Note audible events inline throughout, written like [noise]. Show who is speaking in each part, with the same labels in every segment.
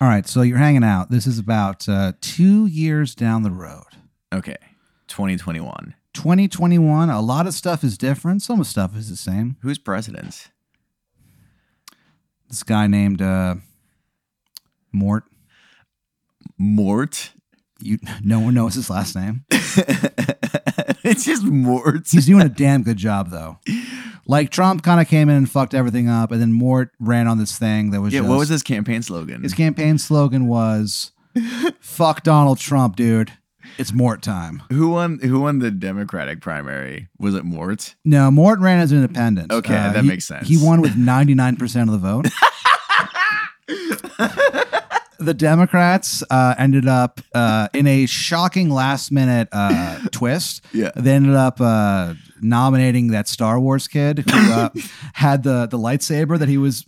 Speaker 1: All right, so you're hanging out. This is about uh, two years down the road.
Speaker 2: Okay. 2021.
Speaker 1: 2021, a lot of stuff is different. Some of the stuff is the same.
Speaker 2: Who's president?
Speaker 1: This guy named uh, Mort.
Speaker 2: Mort. [laughs]
Speaker 1: You, [laughs] no one knows his last name.
Speaker 2: it's just Mort.
Speaker 1: He's
Speaker 2: [laughs]
Speaker 1: doing a damn good job, though. Like Trump kind of came in and fucked everything up, and then Mort ran on this thing that was
Speaker 2: Yeah,
Speaker 1: just,
Speaker 2: what was his campaign slogan?
Speaker 1: His campaign slogan
Speaker 2: [laughs]
Speaker 1: was "Fuck Donald Trump, dude. It's Mort time."
Speaker 2: who won who won the Democratic primary? Was it Mort?
Speaker 1: No, Mort ran as an independent. Uh,
Speaker 2: Okay, that
Speaker 1: he-
Speaker 2: makes sense.
Speaker 1: He won with 99% of the vote.
Speaker 2: [laughs]
Speaker 1: the Democrats uh, ended up uh, in a shocking last minute
Speaker 2: [laughs]
Speaker 1: uh, twist.
Speaker 2: Yeah.
Speaker 1: They ended up uh, nominating that Star Wars kid who
Speaker 2: [laughs]
Speaker 1: uh, had the, the lightsaber that he was.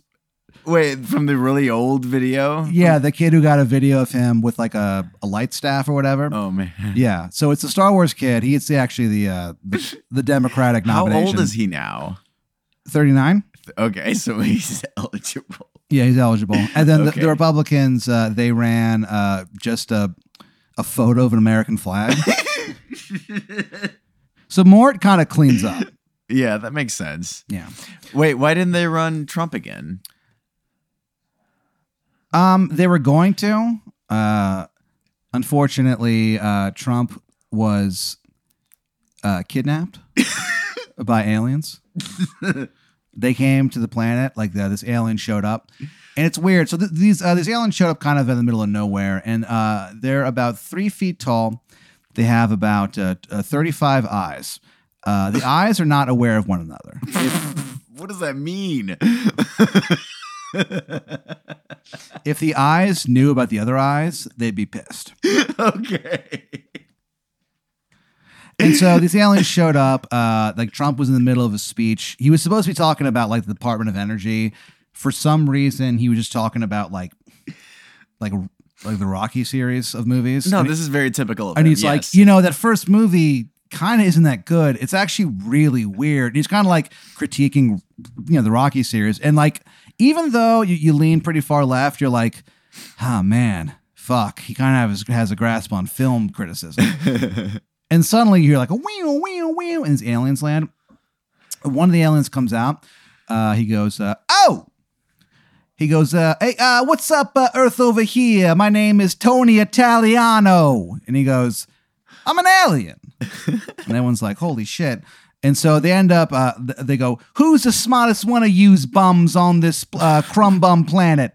Speaker 2: Wait, from the really old video?
Speaker 1: Yeah, the kid who got a video of him with like a, a light staff or whatever.
Speaker 2: Oh man.
Speaker 1: Yeah, so it's the Star Wars kid. He's actually the uh, the, the Democratic
Speaker 2: How
Speaker 1: nomination.
Speaker 2: old is he now?
Speaker 1: Thirty nine.
Speaker 2: Okay, so he's [laughs] eligible.
Speaker 1: Yeah, he's eligible. And then
Speaker 2: Okay.
Speaker 1: the, the Republicans, uh, they ran uh, just a a photo of an American flag. so Mort kind of cleans up.
Speaker 2: Yeah, that makes sense.
Speaker 1: Yeah.
Speaker 2: Wait, why didn't they run Trump again?
Speaker 1: Um, they were going to. Uh, unfortunately, uh, Trump was uh, kidnapped by aliens. they came to the planet. Like the, this alien showed up, and it's weird. So th- these uh, this alien showed up kind of in the middle of nowhere, and uh, they're about three feet tall. They have about uh, t- uh, thirty five eyes. Uh, the eyes are not aware of one another.
Speaker 2: What does that mean? [laughs]
Speaker 1: If the eyes knew about the other eyes, they'd be pissed.
Speaker 2: okay.
Speaker 1: And so these aliens showed up. Uh, like Trump was in the middle of a speech. He was supposed to be talking about like the Department of Energy. For some reason, he was just talking about like, like, like the Rocky series of movies.
Speaker 2: No,
Speaker 1: and,
Speaker 2: this is very typical of
Speaker 1: and
Speaker 2: him,
Speaker 1: he's like,
Speaker 2: yes.
Speaker 1: you know, that first movie kind of isn't that good. It's actually really weird. And he's kind of like critiquing, you know, the Rocky series. And like, even though you, you lean pretty far left, you're like, oh man, fuck. He kind of has, has a grasp on film criticism.
Speaker 2: [laughs]
Speaker 1: And suddenly you're like, wheel, wheel, wheel, and it's aliens land. One of the aliens comes out. Uh, he goes, uh, oh, he goes, uh, hey, uh, what's up, uh, Earth over here? My name is Tony Italiano. And he goes, I'm an alien. and everyone's like, holy shit. And so they end up, uh, th- they go, who's the smartest one of yous bums on this uh, crumb bum planet?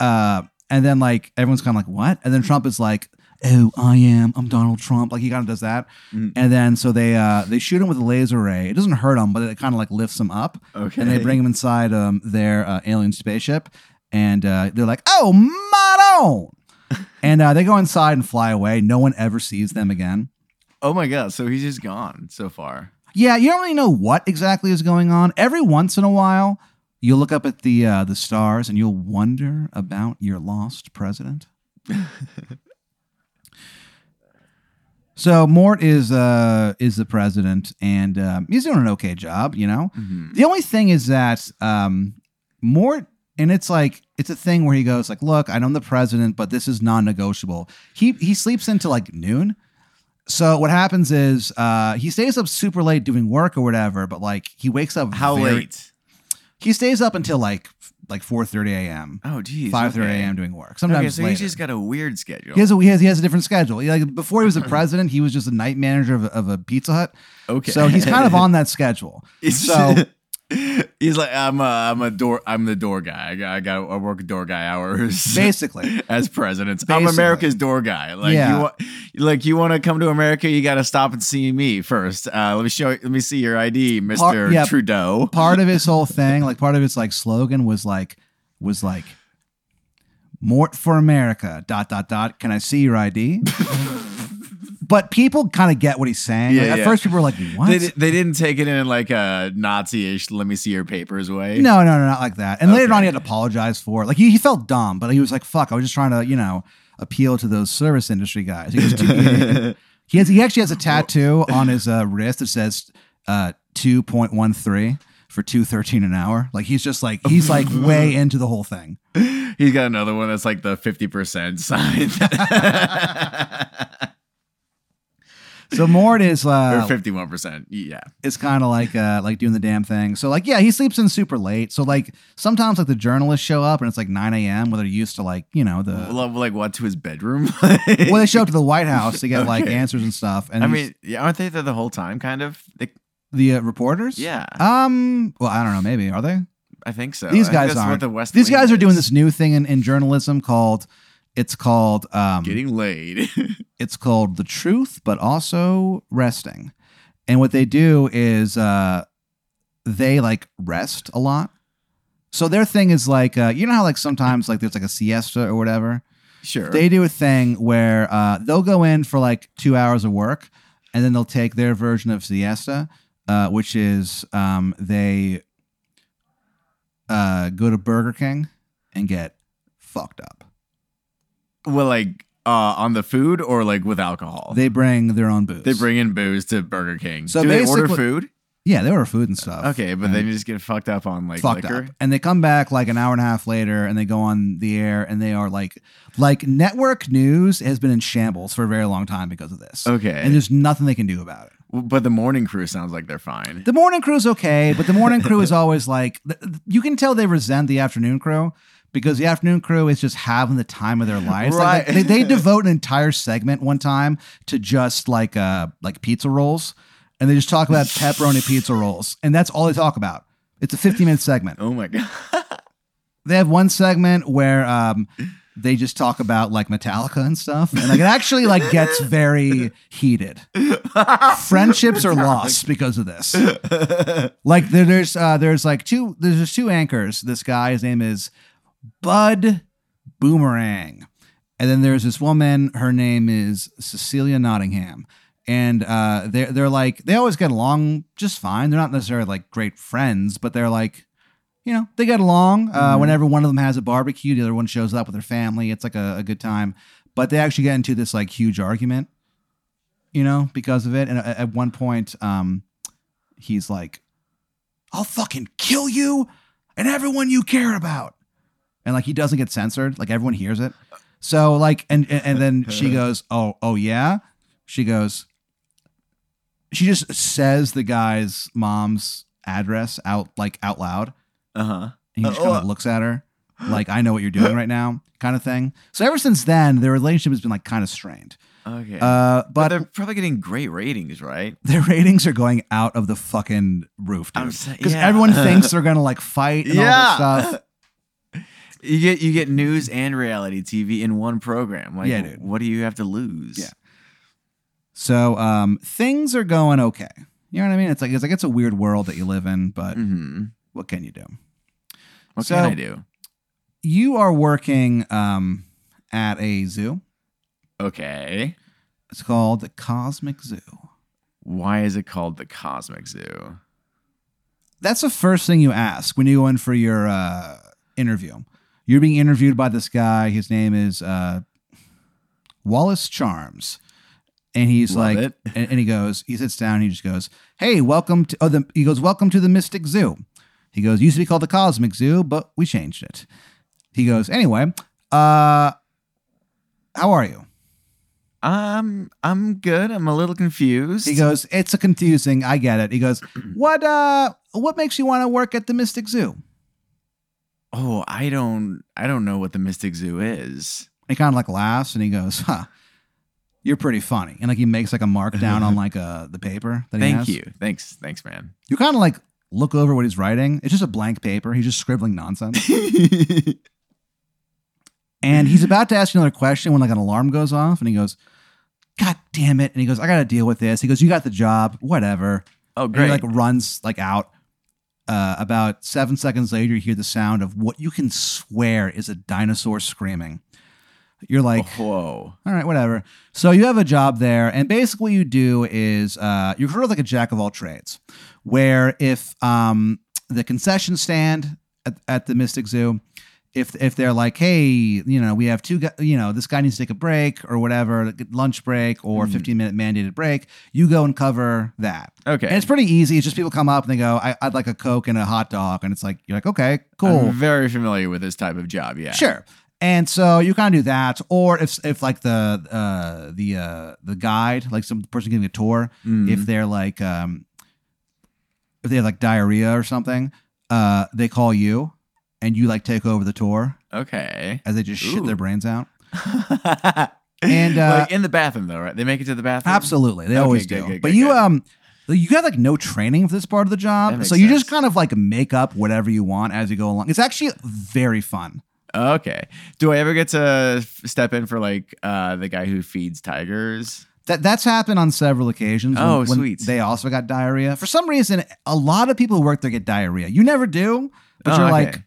Speaker 1: Uh, and then like everyone's kind of like, what? And then Trump is like, oh, I am. I'm Donald Trump. Like he kind of does that. And then so they uh, they shoot him with a laser ray. It doesn't hurt him, but it kind of like lifts him up.
Speaker 2: Okay.
Speaker 1: And they bring him inside um, their uh, alien spaceship, and uh, they're like, oh, my own. [laughs] and uh, they go inside and fly away. No one ever sees them again.
Speaker 2: oh my god, so he's just gone so far.
Speaker 1: Yeah, you don't really know what exactly is going on. Every once in a while, you'll look up at the uh, the stars and you'll wonder about your lost president. so Mort is uh, is the president, and um, he's doing an okay job. You know, the only thing is that um, Mort. And it's like it's a thing where he goes like, "Look, I know I'm the president, but this is non-negotiable." He he sleeps until like noon, so what happens is uh, he stays up super late doing work or whatever, but like he wakes up
Speaker 2: How
Speaker 1: very-
Speaker 2: late?
Speaker 1: He stays up until like f- like four thirty a.m.,
Speaker 2: Oh geez.
Speaker 1: five thirty
Speaker 2: okay.
Speaker 1: a.m. doing work.
Speaker 2: Okay,
Speaker 1: Sometimes
Speaker 2: so
Speaker 1: later.
Speaker 2: he's just got a weird schedule.
Speaker 1: he has a he has, he has a different schedule. He, like before he
Speaker 2: [laughs]
Speaker 1: was a president, he was just a night manager of, a- of a Pizza Hut.
Speaker 2: okay.
Speaker 1: So he's
Speaker 2: [laughs]
Speaker 1: kind of on that schedule.
Speaker 2: It's- [laughs]
Speaker 1: so
Speaker 2: he's like, I'm a, I'm a door, I'm the door guy. I got, I got, I work door guy hours. [laughs]
Speaker 1: basically,
Speaker 2: As presidents, I'm
Speaker 1: Basically.
Speaker 2: America's door guy. Like
Speaker 1: Yeah.
Speaker 2: you, want, like you want to come to America, you got to stop and see me first. Uh, let me show, let me see your ID,
Speaker 1: Par-
Speaker 2: Mister
Speaker 1: yeah.
Speaker 2: Trudeau.
Speaker 1: part of his whole thing, like part of his like slogan was like was like Mort for America. Dot dot dot. Can I see your
Speaker 2: [laughs]
Speaker 1: ID? but people kind of get what he's saying. Like,
Speaker 2: Yeah,
Speaker 1: at
Speaker 2: yeah.
Speaker 1: first, people were like, "What?"
Speaker 2: They, di- they didn't take it in like a Nazi-ish. Let me see your papers way.
Speaker 1: no, no, no, not like that. And later
Speaker 2: Okay.
Speaker 1: on, he had to apologize for it. Like he, he felt dumb, but he was like, "Fuck, I was just trying to, you know, appeal to those service industry guys." He was too mean. He has, he actually has a tattoo on his uh, wrist that says uh, two point one three. for two thirteen an hour. Like he's just like he's like way into the whole thing.
Speaker 2: He's got another one that's like the 50%
Speaker 1: [laughs]
Speaker 2: sign.
Speaker 1: So Mort is
Speaker 2: or
Speaker 1: uh,
Speaker 2: 51%. Yeah.
Speaker 1: it's kind of like uh like doing the damn thing. So like yeah, he sleeps in super late. So like sometimes like the journalists show up and it's like nine a.m. where they're used to like you know the
Speaker 2: Well, like what to his bedroom? [laughs]
Speaker 1: well they show up to the White House to get like
Speaker 2: Okay.
Speaker 1: answers and stuff. And
Speaker 2: I mean, yeah, aren't they there the whole time kind of? They,
Speaker 1: the uh, reporters.
Speaker 2: yeah,
Speaker 1: Um. Well, I don't know. Maybe are they?
Speaker 2: I think so.
Speaker 1: these
Speaker 2: I think
Speaker 1: guys
Speaker 2: that's what
Speaker 1: aren't.
Speaker 2: the West
Speaker 1: These
Speaker 2: Wing
Speaker 1: guys are doing
Speaker 2: is.
Speaker 1: this new thing in, in journalism called it's called um
Speaker 2: [laughs] Getting laid. [laughs]
Speaker 1: it's called the truth, but also resting. And what they do is uh they like rest a lot. So their thing is like uh, you know how like sometimes like there's like a siesta or whatever.
Speaker 2: sure.
Speaker 1: They do a thing where uh, they'll go in for like two hours of work, and then they'll take their version of siesta, uh, which is um, they uh, go to Burger King and get fucked up.
Speaker 2: well, like uh, on the food or like with alcohol?
Speaker 1: They bring their own booze.
Speaker 2: Oh. They bring in booze to Burger King.
Speaker 1: So
Speaker 2: So do they order
Speaker 1: basically-
Speaker 2: food?
Speaker 1: yeah, they order food and stuff.
Speaker 2: Okay, but
Speaker 1: and
Speaker 2: then you just get fucked up on like
Speaker 1: fucked
Speaker 2: liquor.
Speaker 1: up, and they come back like an hour and a half later, and they go on the air, and they are like, like network news has been in shambles for a very long time because of this,
Speaker 2: Okay,
Speaker 1: and there's nothing they can do about it.
Speaker 2: Well, but the morning crew sounds like they're fine.
Speaker 1: The morning crew's okay, but the morning crew is always like th- th- you can tell they resent the afternoon crew because the afternoon crew is just having the time of their lives. Like,
Speaker 2: Right.
Speaker 1: they, they devote an entire segment one time to just like uh like pizza rolls, and they just talk about pepperoni pizza rolls, and that's all they talk about. It's a 15 minute segment.
Speaker 2: Oh my god.
Speaker 1: They have one segment where um they just talk about like Metallica and stuff, and like it actually like gets very heated. [laughs] Friendships are lost because of this. Like there- there's uh, there's like two there's just two anchors. This guy, his name is Bud Boomerang, and then there's this woman. Her name is Cecilia Nottingham, and uh, they're they're like they always get along just fine. They're not necessarily like great friends, but they're like. You know, they get along. Uh,
Speaker 2: Mhm.
Speaker 1: Whenever one of them has a barbecue, the other one shows up with their family. It's like a, a good time. But they actually get into this like huge argument, you know, because of it. And at, at one point, um, he's like, I'll fucking kill you and everyone you care about. And like he doesn't get censored, like everyone hears it. So like and and, and then
Speaker 2: [laughs]
Speaker 1: she goes, "Oh, oh yeah." She goes she just says the guy's mom's address out like out loud.
Speaker 2: Uh huh.
Speaker 1: And he just kind
Speaker 2: Oh.
Speaker 1: of looks at her like, "I know what you're doing right now." kind of thing. So ever since then, their relationship has been like kind of strained.
Speaker 2: Okay.
Speaker 1: Uh
Speaker 2: but
Speaker 1: but
Speaker 2: they're probably getting great ratings, right?
Speaker 1: their ratings are going out of the fucking roof,
Speaker 2: I'm
Speaker 1: dude.
Speaker 2: sa-
Speaker 1: Because
Speaker 2: yeah. [laughs]
Speaker 1: everyone thinks they're gonna like fight and all this stuff.
Speaker 2: You get you get news and reality TV in one program. Like,
Speaker 1: Yeah, dude.
Speaker 2: what do you have to lose?
Speaker 1: Yeah. So um, things are going okay. You know what I mean? It's like it's like it's a weird world that you live in, but
Speaker 2: hmm
Speaker 1: what can you do?
Speaker 2: What
Speaker 1: So-
Speaker 2: can I do?
Speaker 1: You are working um, at a zoo.
Speaker 2: Okay.
Speaker 1: It's called the Cosmic Zoo.
Speaker 2: Why is it called the Cosmic Zoo?
Speaker 1: That's the first thing you ask when you go in for your uh, interview. You're being interviewed by this guy. His name is uh, Wallace Charms, and he's
Speaker 2: Love
Speaker 1: like,
Speaker 2: it.
Speaker 1: and, and he goes, he sits down, and he just goes, "Hey, welcome to." Oh, the, he goes, "Welcome to the Mystic Zoo." He goes, "Used to be called the Cosmic Zoo, but we changed it." He goes, "Anyway, uh, how are you?"
Speaker 2: Um, I'm good. I'm a little confused.
Speaker 1: He goes, "It's a confusing. I get it." He
Speaker 2: [clears throat]
Speaker 1: goes, "What uh, what makes you want to work at the Mystic Zoo?"
Speaker 2: oh, I don't, I don't know what the Mystic Zoo is.
Speaker 1: he kind of like laughs and he goes, [laughs] "Huh, you're pretty funny." And like he makes like a markdown
Speaker 2: [laughs]
Speaker 1: on like uh the paper. That he
Speaker 2: Thank
Speaker 1: has.
Speaker 2: you. Thanks. Thanks, man.
Speaker 1: You kind of like look over what he's writing. It's just a blank paper. He's just scribbling
Speaker 2: [laughs]
Speaker 1: nonsense. and he's about to ask you another question when like an alarm goes off, and he goes, "God damn it!" And he goes, "I got to deal with this." He goes, "You got the job, whatever."
Speaker 2: oh,
Speaker 1: And he
Speaker 2: great.
Speaker 1: like runs like out. Uh, about seven seconds later, you hear the sound of what you can swear is a dinosaur screaming. You're like,
Speaker 2: Whoa.
Speaker 1: all right, whatever. So you have a job there, and basically what you do is uh, you're sort of like a jack of all trades, where if um, the concession stand at, at the Mystic Zoo, if if they're like, hey, you know, we have two, gu- you know, this guy needs to take a break or whatever, like lunch break or
Speaker 2: Mhm.
Speaker 1: fifteen minute mandated break, you go and cover that.
Speaker 2: Okay.
Speaker 1: And it's pretty easy. It's just people come up and they go, I, I'd like a Coke and a hot dog. And it's like, you're like, okay, cool.
Speaker 2: I'm very familiar with this type of job. Yeah.
Speaker 1: Sure. And so you kind of do that, or if if like the uh, the uh, the guide, like some person giving a tour,
Speaker 2: Mm.
Speaker 1: if they're like um, if they have like diarrhea or something, uh, they call you, and you like take over the tour [laughs]
Speaker 2: okay.
Speaker 1: as they just shit
Speaker 2: Ooh.
Speaker 1: their brains out.
Speaker 2: and
Speaker 1: uh,
Speaker 2: like in the bathroom though, right? They make it to the bathroom.
Speaker 1: Absolutely, they
Speaker 2: Okay,
Speaker 1: always
Speaker 2: good,
Speaker 1: do.
Speaker 2: good,
Speaker 1: but
Speaker 2: good,
Speaker 1: you
Speaker 2: good.
Speaker 1: um, you got like no training for this part of the
Speaker 2: That
Speaker 1: job,
Speaker 2: makes
Speaker 1: so you just
Speaker 2: sense.
Speaker 1: kind of like make up whatever you want as you go along. It's actually very fun.
Speaker 2: Okay. Do I ever get to f- step in for like uh the guy who feeds tigers?
Speaker 1: That that's happened on several occasions. when-
Speaker 2: Oh,
Speaker 1: when
Speaker 2: sweet.
Speaker 1: They also got diarrhea. For some reason, a lot of people who work there get diarrhea. You never do, but
Speaker 2: Oh,
Speaker 1: you're
Speaker 2: okay.
Speaker 1: like,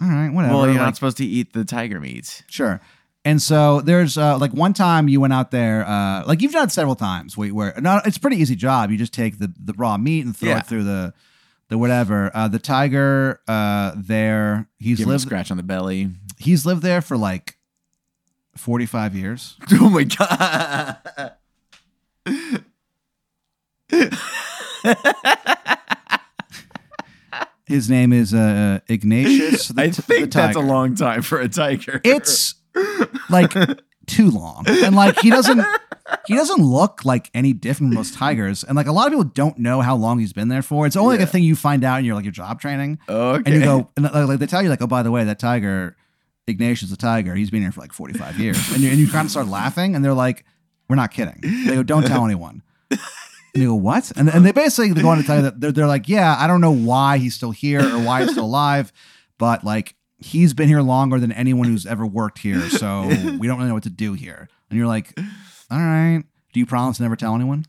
Speaker 1: all right, whatever.
Speaker 2: well, you're
Speaker 1: like,
Speaker 2: not supposed to eat the tiger meat.
Speaker 1: sure. And so there's uh, like one time you went out there, uh, like you've done it several times where, where no, it's a pretty easy job. You just take the, the raw meat and throw
Speaker 2: Yeah.
Speaker 1: it through the the whatever. Uh, the tiger uh, there, he's
Speaker 2: Give him a
Speaker 1: lived
Speaker 2: scratch on the belly. [laughs]
Speaker 1: he's lived there for like 45 years.
Speaker 2: Oh my god.
Speaker 1: His name is uh, Ignatius. the
Speaker 2: [laughs] I
Speaker 1: t- the
Speaker 2: think that's a
Speaker 1: tiger.
Speaker 2: long time for a tiger.
Speaker 1: it's like too long and like he doesn't he doesn't look like any different from most tigers and like a lot of people don't know how long he's been there for it's only like a
Speaker 2: Yeah.
Speaker 1: thing you find out in your like your job training
Speaker 2: okay.
Speaker 1: and you go and like like, they tell you like oh by the way that tiger ignatius the tiger he's been here for like 45 years and you, and you kind of start laughing and they're like we're not kidding they go don't tell anyone and they go what and, and they basically go on to tell you that they're, they're like yeah i don't know why he's still here or why he's still alive but like he's been here longer than anyone who's ever worked here so we don't really know what to do here and you're like all right do you promise to never tell anyone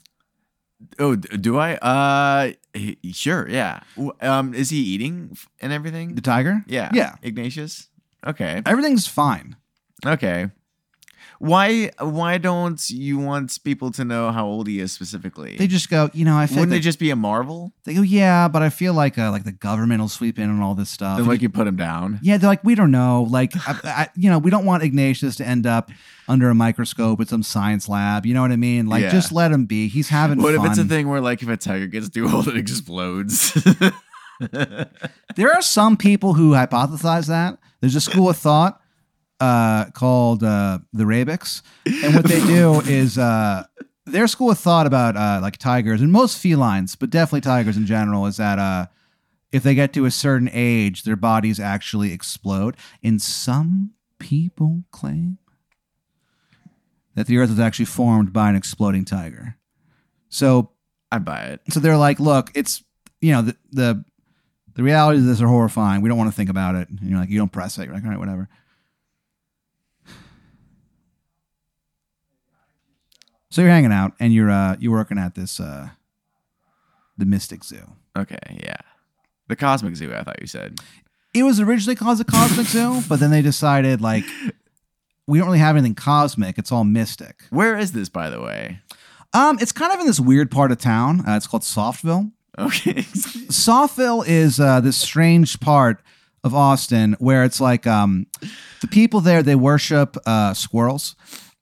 Speaker 2: Oh, d- do I? Uh, he- sure. Yeah. W- Um, is he eating f- and everything?
Speaker 1: the tiger
Speaker 2: Yeah.
Speaker 1: yeah
Speaker 2: Ignatius. Okay.
Speaker 1: everything's fine
Speaker 2: Okay. Why? Why don't you want people to know how old he is specifically?
Speaker 1: they just go you know i feel
Speaker 2: Wouldn't
Speaker 1: like
Speaker 2: it just be a marvel?
Speaker 1: They go, yeah, but I feel like uh, like the government will sweep in on all this stuff.
Speaker 2: Then, like, you put him down.
Speaker 1: Uh, yeah, they're like, we don't know. Like,
Speaker 2: [laughs]
Speaker 1: I, I, you know, we don't want Ignatius to end up under a microscope at some science lab. You know what I mean? Like,
Speaker 2: Yeah.
Speaker 1: just let him be. He's having
Speaker 2: What
Speaker 1: fun.
Speaker 2: if it's a thing where, like, if a tiger gets too [laughs] old, it explodes? [laughs]
Speaker 1: There are some people who hypothesize that. There's a school of thought uh, called uh, the Rabics, and what they do is uh, their school of thought about uh, like tigers and most felines, but definitely tigers in general, is that uh, if they get to a certain age, their bodies actually explode. And some people claim that the Earth was actually formed by an exploding tiger. So
Speaker 2: I buy it.
Speaker 1: so they're like, look, it's you know the the, the realities of this are horrifying. We don't want to think about it. And you're like, you don't press it. You're like, all right, whatever. So you're hanging out and you're uh, you're working at this uh, the Mystic Zoo.
Speaker 2: Okay. Yeah. The Cosmic Zoo. I thought you said.
Speaker 1: It was originally called the Cosmic Zoo, but then they decided like we don't really have anything cosmic. It's all mystic.
Speaker 2: Where is this, by the way? [laughs]
Speaker 1: Um, it's kind of in this weird part of town. Uh, it's called Softville.
Speaker 2: Okay.
Speaker 1: Sawville is uh, this strange part of Austin where it's like um, the people there they worship uh, squirrels,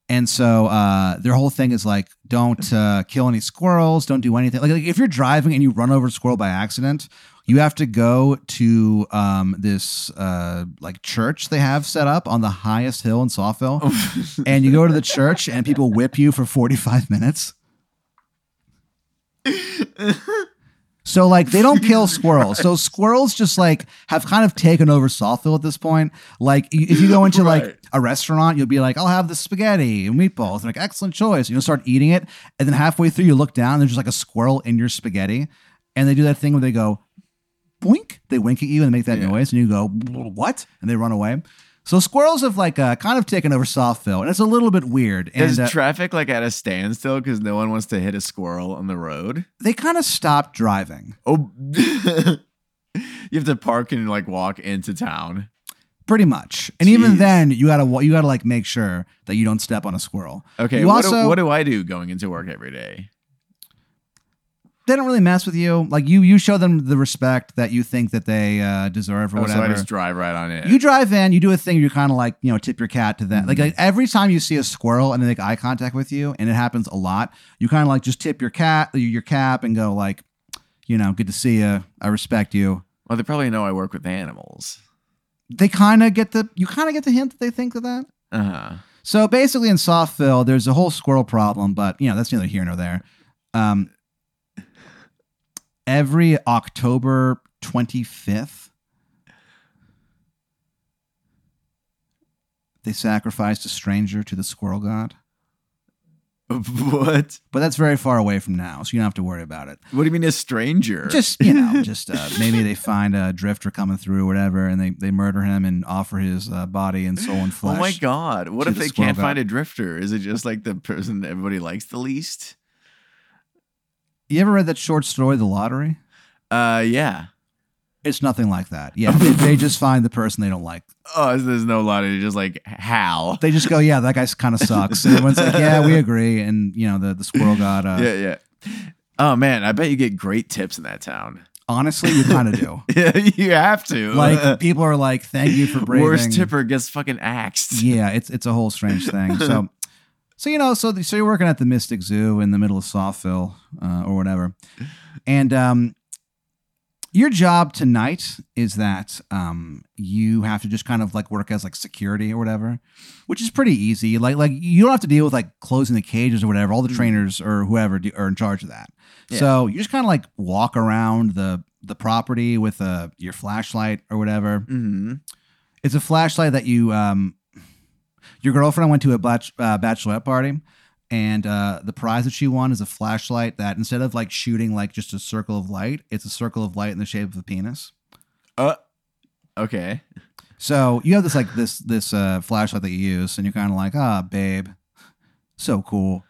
Speaker 1: and so uh, their whole thing is like don't uh, kill any squirrels, don't do anything. Like, like if you're driving and you run over a squirrel by accident, you have to go to um, this uh, like church they have set up on the highest hill in Sawville, and you go to the church and people whip you for 45 minutes. So like they don't
Speaker 2: [laughs]
Speaker 1: kill squirrels. So squirrels just like have kind of taken over Sawfill at this point. Like y- if you go into
Speaker 2: Right.
Speaker 1: like a restaurant, you'll be like, "I'll have the spaghetti and meatballs." And like, excellent choice. You'll start eating it, and then halfway through, you look down, and there's just like a squirrel in your spaghetti, and they do that thing where they go, "Boink!" They wink at you and make that
Speaker 2: Yeah.
Speaker 1: noise, and you go, "What?" And they run away. So squirrels have like uh, kind of taken over Sawfill, and it's a little bit weird. And
Speaker 2: Is
Speaker 1: uh,
Speaker 2: traffic like at a standstill because no one wants to hit a squirrel on the road?
Speaker 1: they kind of stopped driving.
Speaker 2: Oh, [laughs] you have to park and like walk into town.
Speaker 1: Pretty much, and even
Speaker 2: Jeez.
Speaker 1: then, you gotta wa- you gotta like make sure that you don't step on a squirrel.
Speaker 2: Okay,
Speaker 1: You
Speaker 2: what, do,
Speaker 1: also-
Speaker 2: what do I do going into work every day?
Speaker 1: they don't really mess with you. Like you, you show them the respect that you think that they uh, deserve or
Speaker 2: Oh, so
Speaker 1: whatever.
Speaker 2: I just drive right on it. Mm-hmm.
Speaker 1: You drive in, you do a thing, you kind of like, you know, tip your cat to them. Like, like every time you see a squirrel and they make eye contact with you, and it happens a lot, you kind of like just tip your cat, your cap, and go like, you know, good to see you. I respect you.
Speaker 2: well, they probably know I work with animals.
Speaker 1: They kind of get the, you kind of get the hint that they think of that.
Speaker 2: Uh huh.
Speaker 1: So basically, in Softville, there's a whole squirrel problem, but you know that's neither here nor there. Um, every October 25th, they sacrificed a stranger to the squirrel god.
Speaker 2: [laughs] What?
Speaker 1: But that's very far away from now, so you don't have to worry about it.
Speaker 2: What do you mean a stranger?
Speaker 1: Just you
Speaker 2: [laughs]
Speaker 1: know, just uh, maybe they find a drifter coming through, or whatever, and they they murder him and offer his uh, body and soul and
Speaker 2: Oh
Speaker 1: flesh.
Speaker 2: my god! What
Speaker 1: to
Speaker 2: if
Speaker 1: the
Speaker 2: they
Speaker 1: squirrel
Speaker 2: can't
Speaker 1: guy.
Speaker 2: find a drifter? Is it just like the person that everybody likes the least?
Speaker 1: You ever read that short story, The Lottery?
Speaker 2: Uh, yeah.
Speaker 1: It's nothing like that. Yeah, they, they just find the person they don't like.
Speaker 2: Oh, there's no lottery. Just like Hal.
Speaker 1: They just go, yeah, that guy kind of sucks. And everyone's like, yeah, we agree. And you know, the the squirrel got. Uh,
Speaker 2: yeah, yeah. Oh man, I bet you get great tips in that town. [laughs]
Speaker 1: Honestly, you kind of do.
Speaker 2: Yeah, you have to. [laughs]
Speaker 1: Like people are like, thank you for braving.
Speaker 2: worst tipper gets fucking
Speaker 1: [laughs]
Speaker 2: axed.
Speaker 1: Yeah, it's it's a whole strange thing. So, so you know, so so you're working at the Mystic Zoo in the middle of Softville uh, or whatever, and um, your job tonight is that um, you have to just kind of like work as like security or whatever, which is pretty easy. Like like you don't have to deal with like closing the cages or whatever. All the
Speaker 2: Mhm.
Speaker 1: trainers or whoever do, are in charge of that.
Speaker 2: Yeah.
Speaker 1: So you just kind of like walk around the the property with uh, your flashlight or whatever.
Speaker 2: hmm
Speaker 1: It's a flashlight that you, um, your girlfriend went to a bach- uh, bachelorette party, and uh, the prize that she won is a flashlight that instead of like shooting like just a circle of light, it's a circle of light in the shape of a penis.
Speaker 2: Uh, okay.
Speaker 1: So you have this like this this uh, flashlight that you use, and you're kind of like, ah, babe, so cool.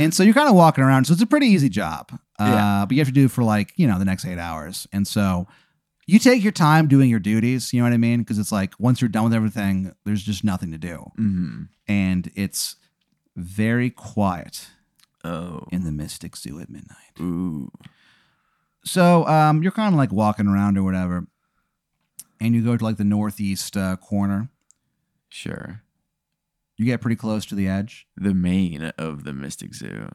Speaker 1: and so you're kind of walking around. So it's a pretty easy job, uh,
Speaker 2: Yeah.
Speaker 1: but you have to do it for like you know the next eight hours. And so you take your time doing your duties. You know what I mean? Because it's like once you're done with everything, there's just nothing to do,
Speaker 2: hmm
Speaker 1: and it's very quiet
Speaker 2: Oh.
Speaker 1: in the Mystic Zoo at midnight.
Speaker 2: Ooh.
Speaker 1: So um, you're kind of like walking around or whatever, and you go to like the northeast uh, corner.
Speaker 2: Sure.
Speaker 1: You get pretty close to the edge.
Speaker 2: The main of the Mystic Zoo.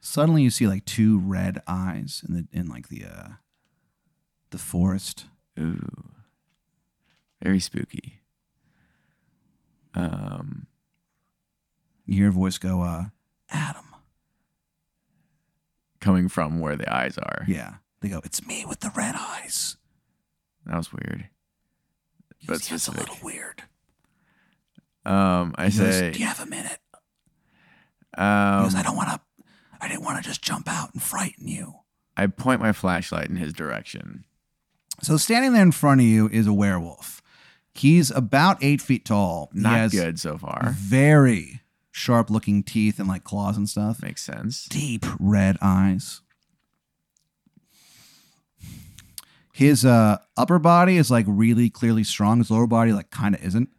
Speaker 1: suddenly you see like two red eyes in the in like the uh the forest
Speaker 2: Ooh. Very spooky. Um.
Speaker 1: you hear a voice go uh adam
Speaker 2: Coming from where the eyes are.
Speaker 1: yeah they go it's me with the red eyes
Speaker 2: That was weird.
Speaker 1: He
Speaker 2: That's
Speaker 1: goes, "Yeah, it's a
Speaker 2: specific.
Speaker 1: little weird
Speaker 2: Um. I
Speaker 1: he goes,
Speaker 2: say.
Speaker 1: do you have a minute he
Speaker 2: Um.
Speaker 1: goes i don't want to i didn't want to just jump out and frighten you
Speaker 2: I point my flashlight in his direction.
Speaker 1: so standing there in front of you is a werewolf he's about eight feet tall he
Speaker 2: Not
Speaker 1: has
Speaker 2: good so far.
Speaker 1: very sharp looking teeth and like claws and stuff
Speaker 2: Makes sense.
Speaker 1: deep red eyes. His uh, upper body is like really clearly strong. His lower body like kind of isn't.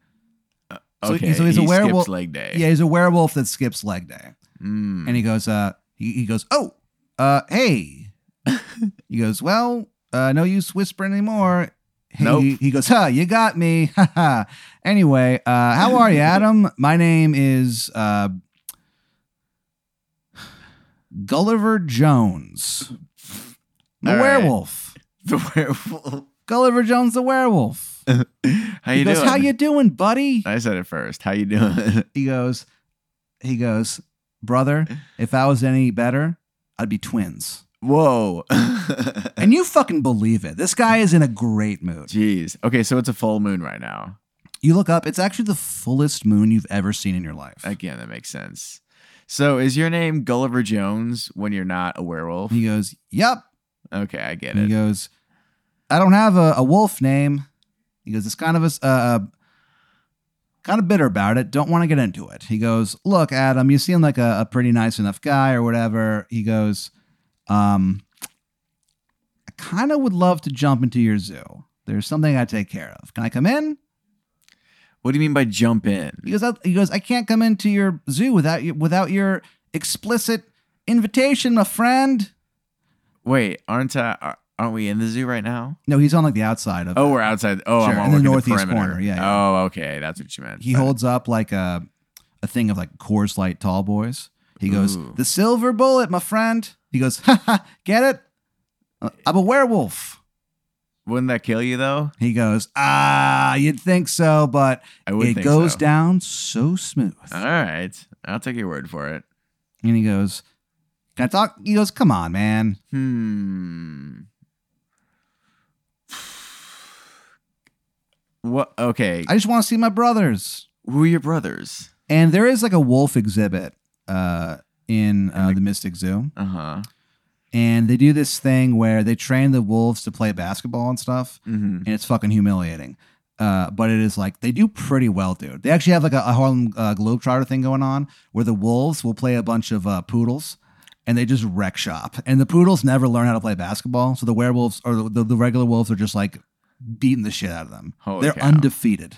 Speaker 1: So-
Speaker 2: Okay.
Speaker 1: so he's a
Speaker 2: he skips
Speaker 1: werewolf-
Speaker 2: leg day.
Speaker 1: Yeah, he's a werewolf that skips leg day,
Speaker 2: Mm.
Speaker 1: and he goes. Uh, he, he goes. Oh, uh,
Speaker 2: [laughs]
Speaker 1: hey. he goes. Well, uh, no use whispering anymore. He,
Speaker 2: Nope.
Speaker 1: he goes. Huh, you got me. [laughs] Ha, ha. anyway, uh, how are you,
Speaker 2: [laughs]
Speaker 1: Adam? My name is uh, Gulliver Jones. The
Speaker 2: All right.
Speaker 1: werewolf.
Speaker 2: [laughs] the werewolf.
Speaker 1: Gulliver Jones the werewolf.
Speaker 2: How you
Speaker 1: he goes,
Speaker 2: doing?
Speaker 1: How you doing, buddy?
Speaker 2: I said it first. How you doing? [laughs]
Speaker 1: He goes, he goes, brother, if I was any better, I'd be twins.
Speaker 2: Whoa. [laughs]
Speaker 1: And you fucking believe it. This guy is in a great mood.
Speaker 2: Jeez. Okay, so it's a full moon right now.
Speaker 1: You look up, it's actually the fullest moon you've ever seen in your life.
Speaker 2: Again, that makes sense. So is your name Gulliver Jones when you're not a werewolf?
Speaker 1: He goes, Yep.
Speaker 2: Okay, I get
Speaker 1: And he
Speaker 2: it.
Speaker 1: goes, I don't have a, a wolf name. He goes, it's kind of a, s- uh, uh, kind of bitter about it. Don't want to get into it. He goes, look, Adam, you seem like a, a pretty nice enough guy or whatever. He goes, um, I kind of would love to jump into your zoo. There's something I take care of. Can I come in?
Speaker 2: What do you mean by jump in?
Speaker 1: He goes, I, he goes, I can't come into your zoo without you, without your explicit invitation, my friend.
Speaker 2: Wait, aren't uh, are- aren't we in the zoo right now?
Speaker 1: No, he's on like the outside of.
Speaker 2: Oh, we're outside. Oh,
Speaker 1: Sure,
Speaker 2: I'm all
Speaker 1: in the
Speaker 2: working
Speaker 1: northeast
Speaker 2: perimeter.
Speaker 1: corner, yeah, yeah.
Speaker 2: Oh, okay, that's what you meant.
Speaker 1: He holds up like a a thing of like Coors Light tall boys. He goes,
Speaker 2: Ooh.
Speaker 1: "The silver bullet, my friend." He goes, "Ha ha, get it? Uh, I'm a werewolf."
Speaker 2: Wouldn't that kill you though?
Speaker 1: He goes, "Ah, you'd think so, but
Speaker 2: I would.
Speaker 1: it
Speaker 2: think
Speaker 1: goes
Speaker 2: so.
Speaker 1: down so smooth."
Speaker 2: All right, I'll take your word for it.
Speaker 1: And he goes, "Can I talk?" He goes, "Come on, man."
Speaker 2: Hmm. [sighs] What? Okay.
Speaker 1: I just want to see my brothers.
Speaker 2: Who are your brothers?
Speaker 1: And there is like a wolf exhibit uh, in uh,
Speaker 2: And
Speaker 1: the Mystic Zoo,
Speaker 2: Uh huh.
Speaker 1: and they do this thing where they train the wolves to play basketball and stuff,
Speaker 2: Mm-hmm.
Speaker 1: and it's fucking humiliating. Uh, but it is like they do pretty well, dude. They actually have like a, a Harlem uh, Globetrotter thing going on where the wolves will play a bunch of uh, poodles and they just wreck shop. And the poodles never learn how to play basketball. So the werewolves or the, the regular wolves are just like beating the shit out of them.
Speaker 2: Holy
Speaker 1: They're
Speaker 2: cow. [laughs]
Speaker 1: undefeated.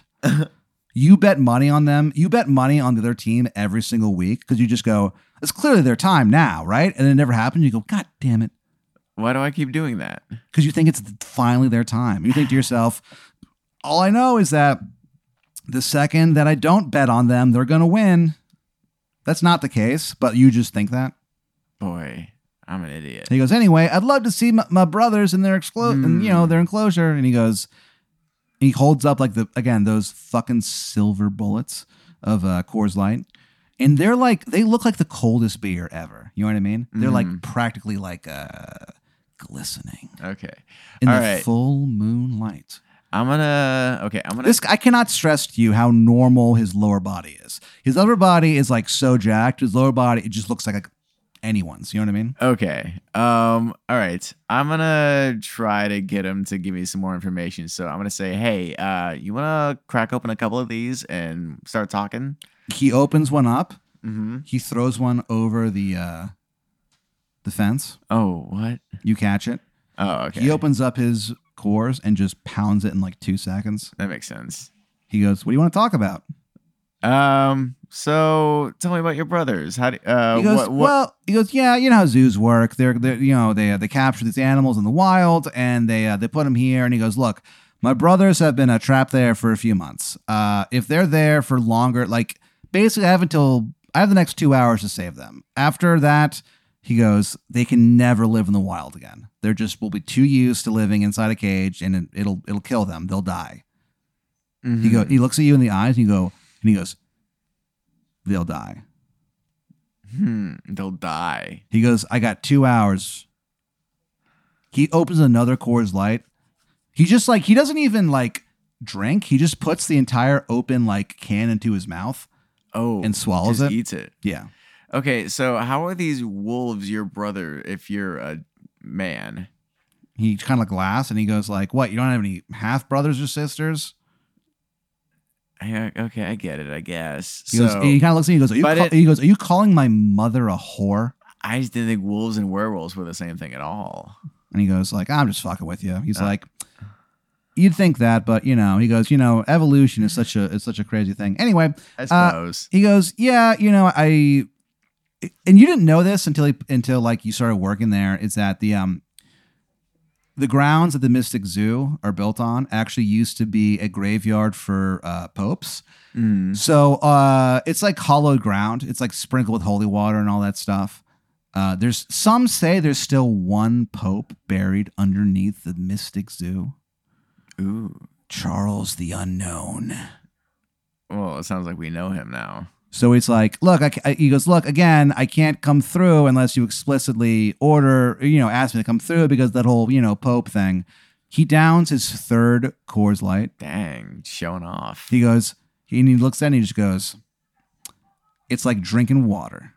Speaker 1: you bet money on them. You bet money on the other team every single week because you just go, it's clearly their time now, right? And it never happens. You go, God damn it.
Speaker 2: Why do I keep doing that?
Speaker 1: Because you think it's finally their time. You think to yourself, all I know is that the second that I don't bet on them, they're going to win. That's not the case, but you just think that.
Speaker 2: Boy, I'm an
Speaker 1: [laughs]
Speaker 2: idiot.
Speaker 1: He goes, anyway, I'd love to see my, my brothers in their exclo- and, you know, their enclosure. And he goes, he holds up like the again those fucking silver bullets of uh, Coors Light, and they're like they look like the coldest beer ever. You know what I mean? They're
Speaker 2: Mm-hmm.
Speaker 1: like practically like uh, glistening
Speaker 2: Okay.
Speaker 1: in
Speaker 2: All
Speaker 1: the
Speaker 2: right.
Speaker 1: full moonlight.
Speaker 2: I'm gonna. Okay. I'm gonna.
Speaker 1: This I cannot stress to you how normal his lower body is. His upper body is like so jacked. His lower body it just looks like, like anyone's. You know what I mean?
Speaker 2: Okay. Um. All right. I'm gonna try to get him to give me some more information. So I'm gonna say, hey, uh, you wanna crack open a couple of these and start talking?
Speaker 1: He opens one up.
Speaker 2: Mm-hmm.
Speaker 1: He throws one over the uh, the fence.
Speaker 2: Oh, what?
Speaker 1: You catch it.
Speaker 2: Oh, okay.
Speaker 1: He opens up his cores and just pounds it in like two seconds.
Speaker 2: that makes sense.
Speaker 1: He goes, "What do you want to talk about?"
Speaker 2: Um. So tell me about your brothers. How do? Uh.
Speaker 1: he goes,
Speaker 2: what, what?
Speaker 1: "Well, he goes, yeah, you know how zoos work. They're, they're you know they uh, they capture these animals in the wild and they uh, they put them here." And he goes, "Look, my brothers have been uh, trapped there for a few months. Uh, if they're there for longer, like basically, I have until I have the next two hours to save them. After that." He goes, they can never live in the wild again. They're just will be too used to living inside a cage, and it, it'll it'll kill them. They'll die. He go,
Speaker 2: Mhm.
Speaker 1: he looks at you in the eyes, and you go, and he goes, they'll die.
Speaker 2: Hmm, they'll die.
Speaker 1: He goes, I got two hours. He opens another Coors Light. He just like he doesn't even like drink. He just puts the entire open like can into his mouth.
Speaker 2: Oh,
Speaker 1: And swallows
Speaker 2: just
Speaker 1: it?
Speaker 2: Eats it.
Speaker 1: Yeah.
Speaker 2: Okay. So how are these wolves your brother if you're a man?
Speaker 1: He kind of like laughs and he goes like, "What? You don't have any half brothers or sisters?"
Speaker 2: I, uh, okay, I get it. I guess.
Speaker 1: He
Speaker 2: so
Speaker 1: goes. He kind of looks at me. He goes, "Are you?"
Speaker 2: But
Speaker 1: ca-
Speaker 2: it-
Speaker 1: he goes, "Are you calling my mother a whore?"
Speaker 2: I just didn't think wolves and werewolves were the same thing at all.
Speaker 1: And he goes like, "I'm just fucking with you." He's
Speaker 2: Uh.
Speaker 1: like, "You'd think that, but you know." He goes, "You know, evolution is such a it's such a crazy thing." Anyway,
Speaker 2: I suppose.
Speaker 1: he goes, "Yeah, you know, I." And you didn't know this until he, until like you started working there. Is that the um the grounds that the Mystic Zoo are built on actually used to be a graveyard for uh, popes.
Speaker 2: Mm.
Speaker 1: So uh, it's like hollowed ground. It's like sprinkled with holy water and all that stuff. Uh, there's some say there's still one pope buried underneath the Mystic Zoo,
Speaker 2: Ooh.
Speaker 1: Charles the Unknown.
Speaker 2: Well, it sounds like we know him now.
Speaker 1: So it's like, look, I, ca- I- he goes, look, again, I can't come through unless you explicitly order, you know, ask me to come through because that whole, you know, Pope thing. He downs his third Coors Light.
Speaker 2: Dang, showing off.
Speaker 1: He goes, and he looks at it and he just goes, it's like drinking water.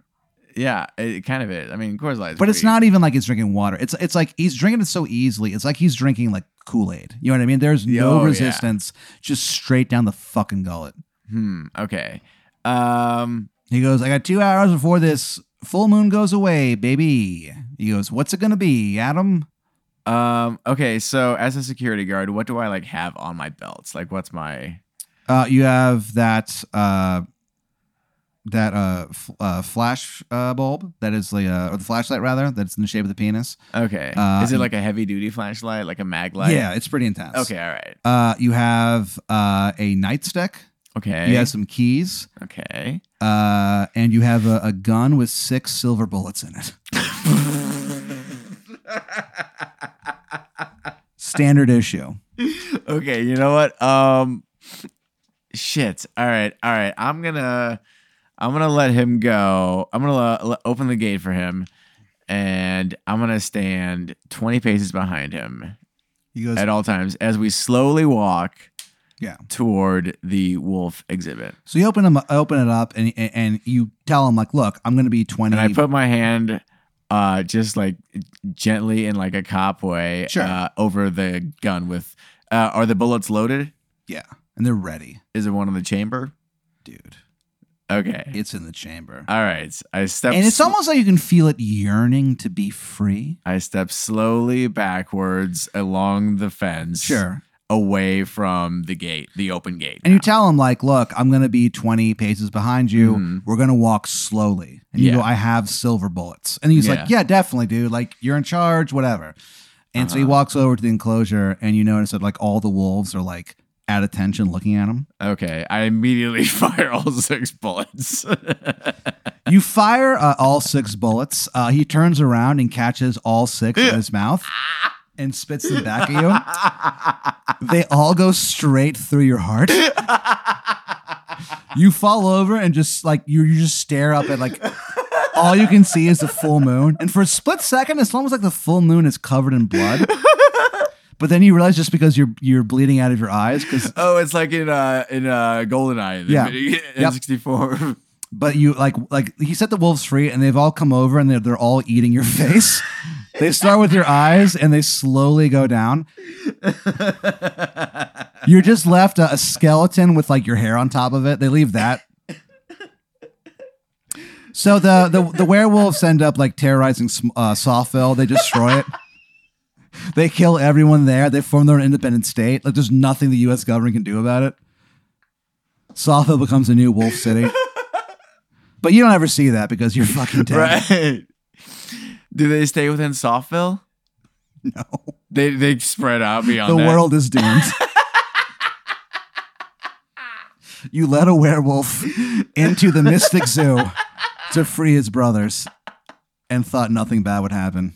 Speaker 2: yeah, it it kind of is. I mean, Coors Light. is
Speaker 1: But it's
Speaker 2: pretty-
Speaker 1: not even like he's drinking water. It's it's like he's drinking it so easily. It's like he's drinking like Kool Aid. You know what I mean? There's
Speaker 2: Oh,
Speaker 1: no
Speaker 2: yeah.
Speaker 1: resistance, just straight down the fucking gullet.
Speaker 2: Hmm. Okay. Um.
Speaker 1: He goes, I got two hours before this full moon goes away, baby. He goes, What's it gonna be, Adam?
Speaker 2: Um. Okay. So, as a security guard, what do I like have on my belts? Like, what's my
Speaker 1: Uh, you have that uh, that uh, f- uh flash uh, bulb that is the uh, or the flashlight rather that's in the shape of the penis.
Speaker 2: Okay.
Speaker 1: Uh,
Speaker 2: Is it like a heavy duty flashlight, like a mag light?
Speaker 1: Yeah, it's pretty intense.
Speaker 2: Okay. All right.
Speaker 1: Uh, you have uh, a nightstick.
Speaker 2: Okay.
Speaker 1: You have some keys.
Speaker 2: Okay. [laughs]
Speaker 1: Uh, and you have a, a gun with six silver bullets in it.
Speaker 2: [laughs]
Speaker 1: Standard issue.
Speaker 2: okay. You know what? Um, shit. All right. All right. I'm gonna, I'm gonna let him go. I'm gonna le- le- open the gate for him, and I'm gonna stand 20 paces behind him
Speaker 1: He goes.
Speaker 2: at all times as we slowly walk.
Speaker 1: Yeah.
Speaker 2: Toward the wolf exhibit.
Speaker 1: So you open him, open it up, and and, and you tell him like, look, I'm going to be twenty.
Speaker 2: and I put my hand uh just like gently in like a cop way
Speaker 1: Sure.
Speaker 2: uh, over the gun with uh are the bullets loaded?
Speaker 1: yeah, and they're ready,
Speaker 2: Is there one in the chamber?
Speaker 1: dude.
Speaker 2: Okay.
Speaker 1: It's in the chamber,
Speaker 2: All right. I step
Speaker 1: and it's
Speaker 2: sl-
Speaker 1: almost like you can feel it yearning to be free.
Speaker 2: I step slowly backwards along the fence
Speaker 1: Sure.
Speaker 2: away from the gate, the open gate.
Speaker 1: And you tell him like, look, I'm going to be twenty paces behind you.
Speaker 2: Mhm.
Speaker 1: We're going to walk slowly. And you
Speaker 2: Yeah.
Speaker 1: go, I have silver bullets. And he's
Speaker 2: Yeah.
Speaker 1: like, yeah, definitely, dude. Like you're in charge, whatever. And so he
Speaker 2: Uh-huh.
Speaker 1: walks over to the enclosure, and you notice that like all the wolves are like at attention, looking at him.
Speaker 2: okay. I immediately [laughs] fire all six bullets. [laughs]
Speaker 1: You fire uh, all six bullets. Uh, he turns around and catches all
Speaker 2: [laughs]
Speaker 1: six in his mouth and spits them back at you. They all go straight through your heart. You fall over and just like you, you just stare up at like all you can see is the full moon. And for a split second, it's almost like the full moon is covered in blood. But then you realize just because you're you're bleeding out of your eyes, because
Speaker 2: Oh, it's like in uh in uh Goldeneye, the
Speaker 1: Yeah.
Speaker 2: [laughs] N sixty four.
Speaker 1: but you like like he set the wolves free and they've all come over and they're, they're all eating your face. they start with your eyes and they slowly go down. You're just left a, a skeleton with like your hair on top of it. They leave that. So the the, the werewolves end up like terrorizing Sm- uh, Sawfell. They destroy it. They kill everyone there. They form their own independent state. Like there's nothing the U.S. government can do about it. Sawfell becomes a new wolf city. But you don't ever see that because you're fucking dead.
Speaker 2: Right. Do they stay within Softville?
Speaker 1: No,
Speaker 2: They they spread out beyond
Speaker 1: the
Speaker 2: that.
Speaker 1: world is doomed. you let a werewolf into the Mystic Zoo to free his brothers, and thought nothing bad would happen.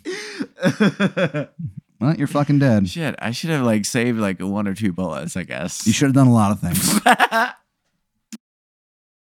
Speaker 1: Well, you're fucking dead.
Speaker 2: Shit, I should have like saved like one or two bullets, I guess.
Speaker 1: You should have done a lot of things.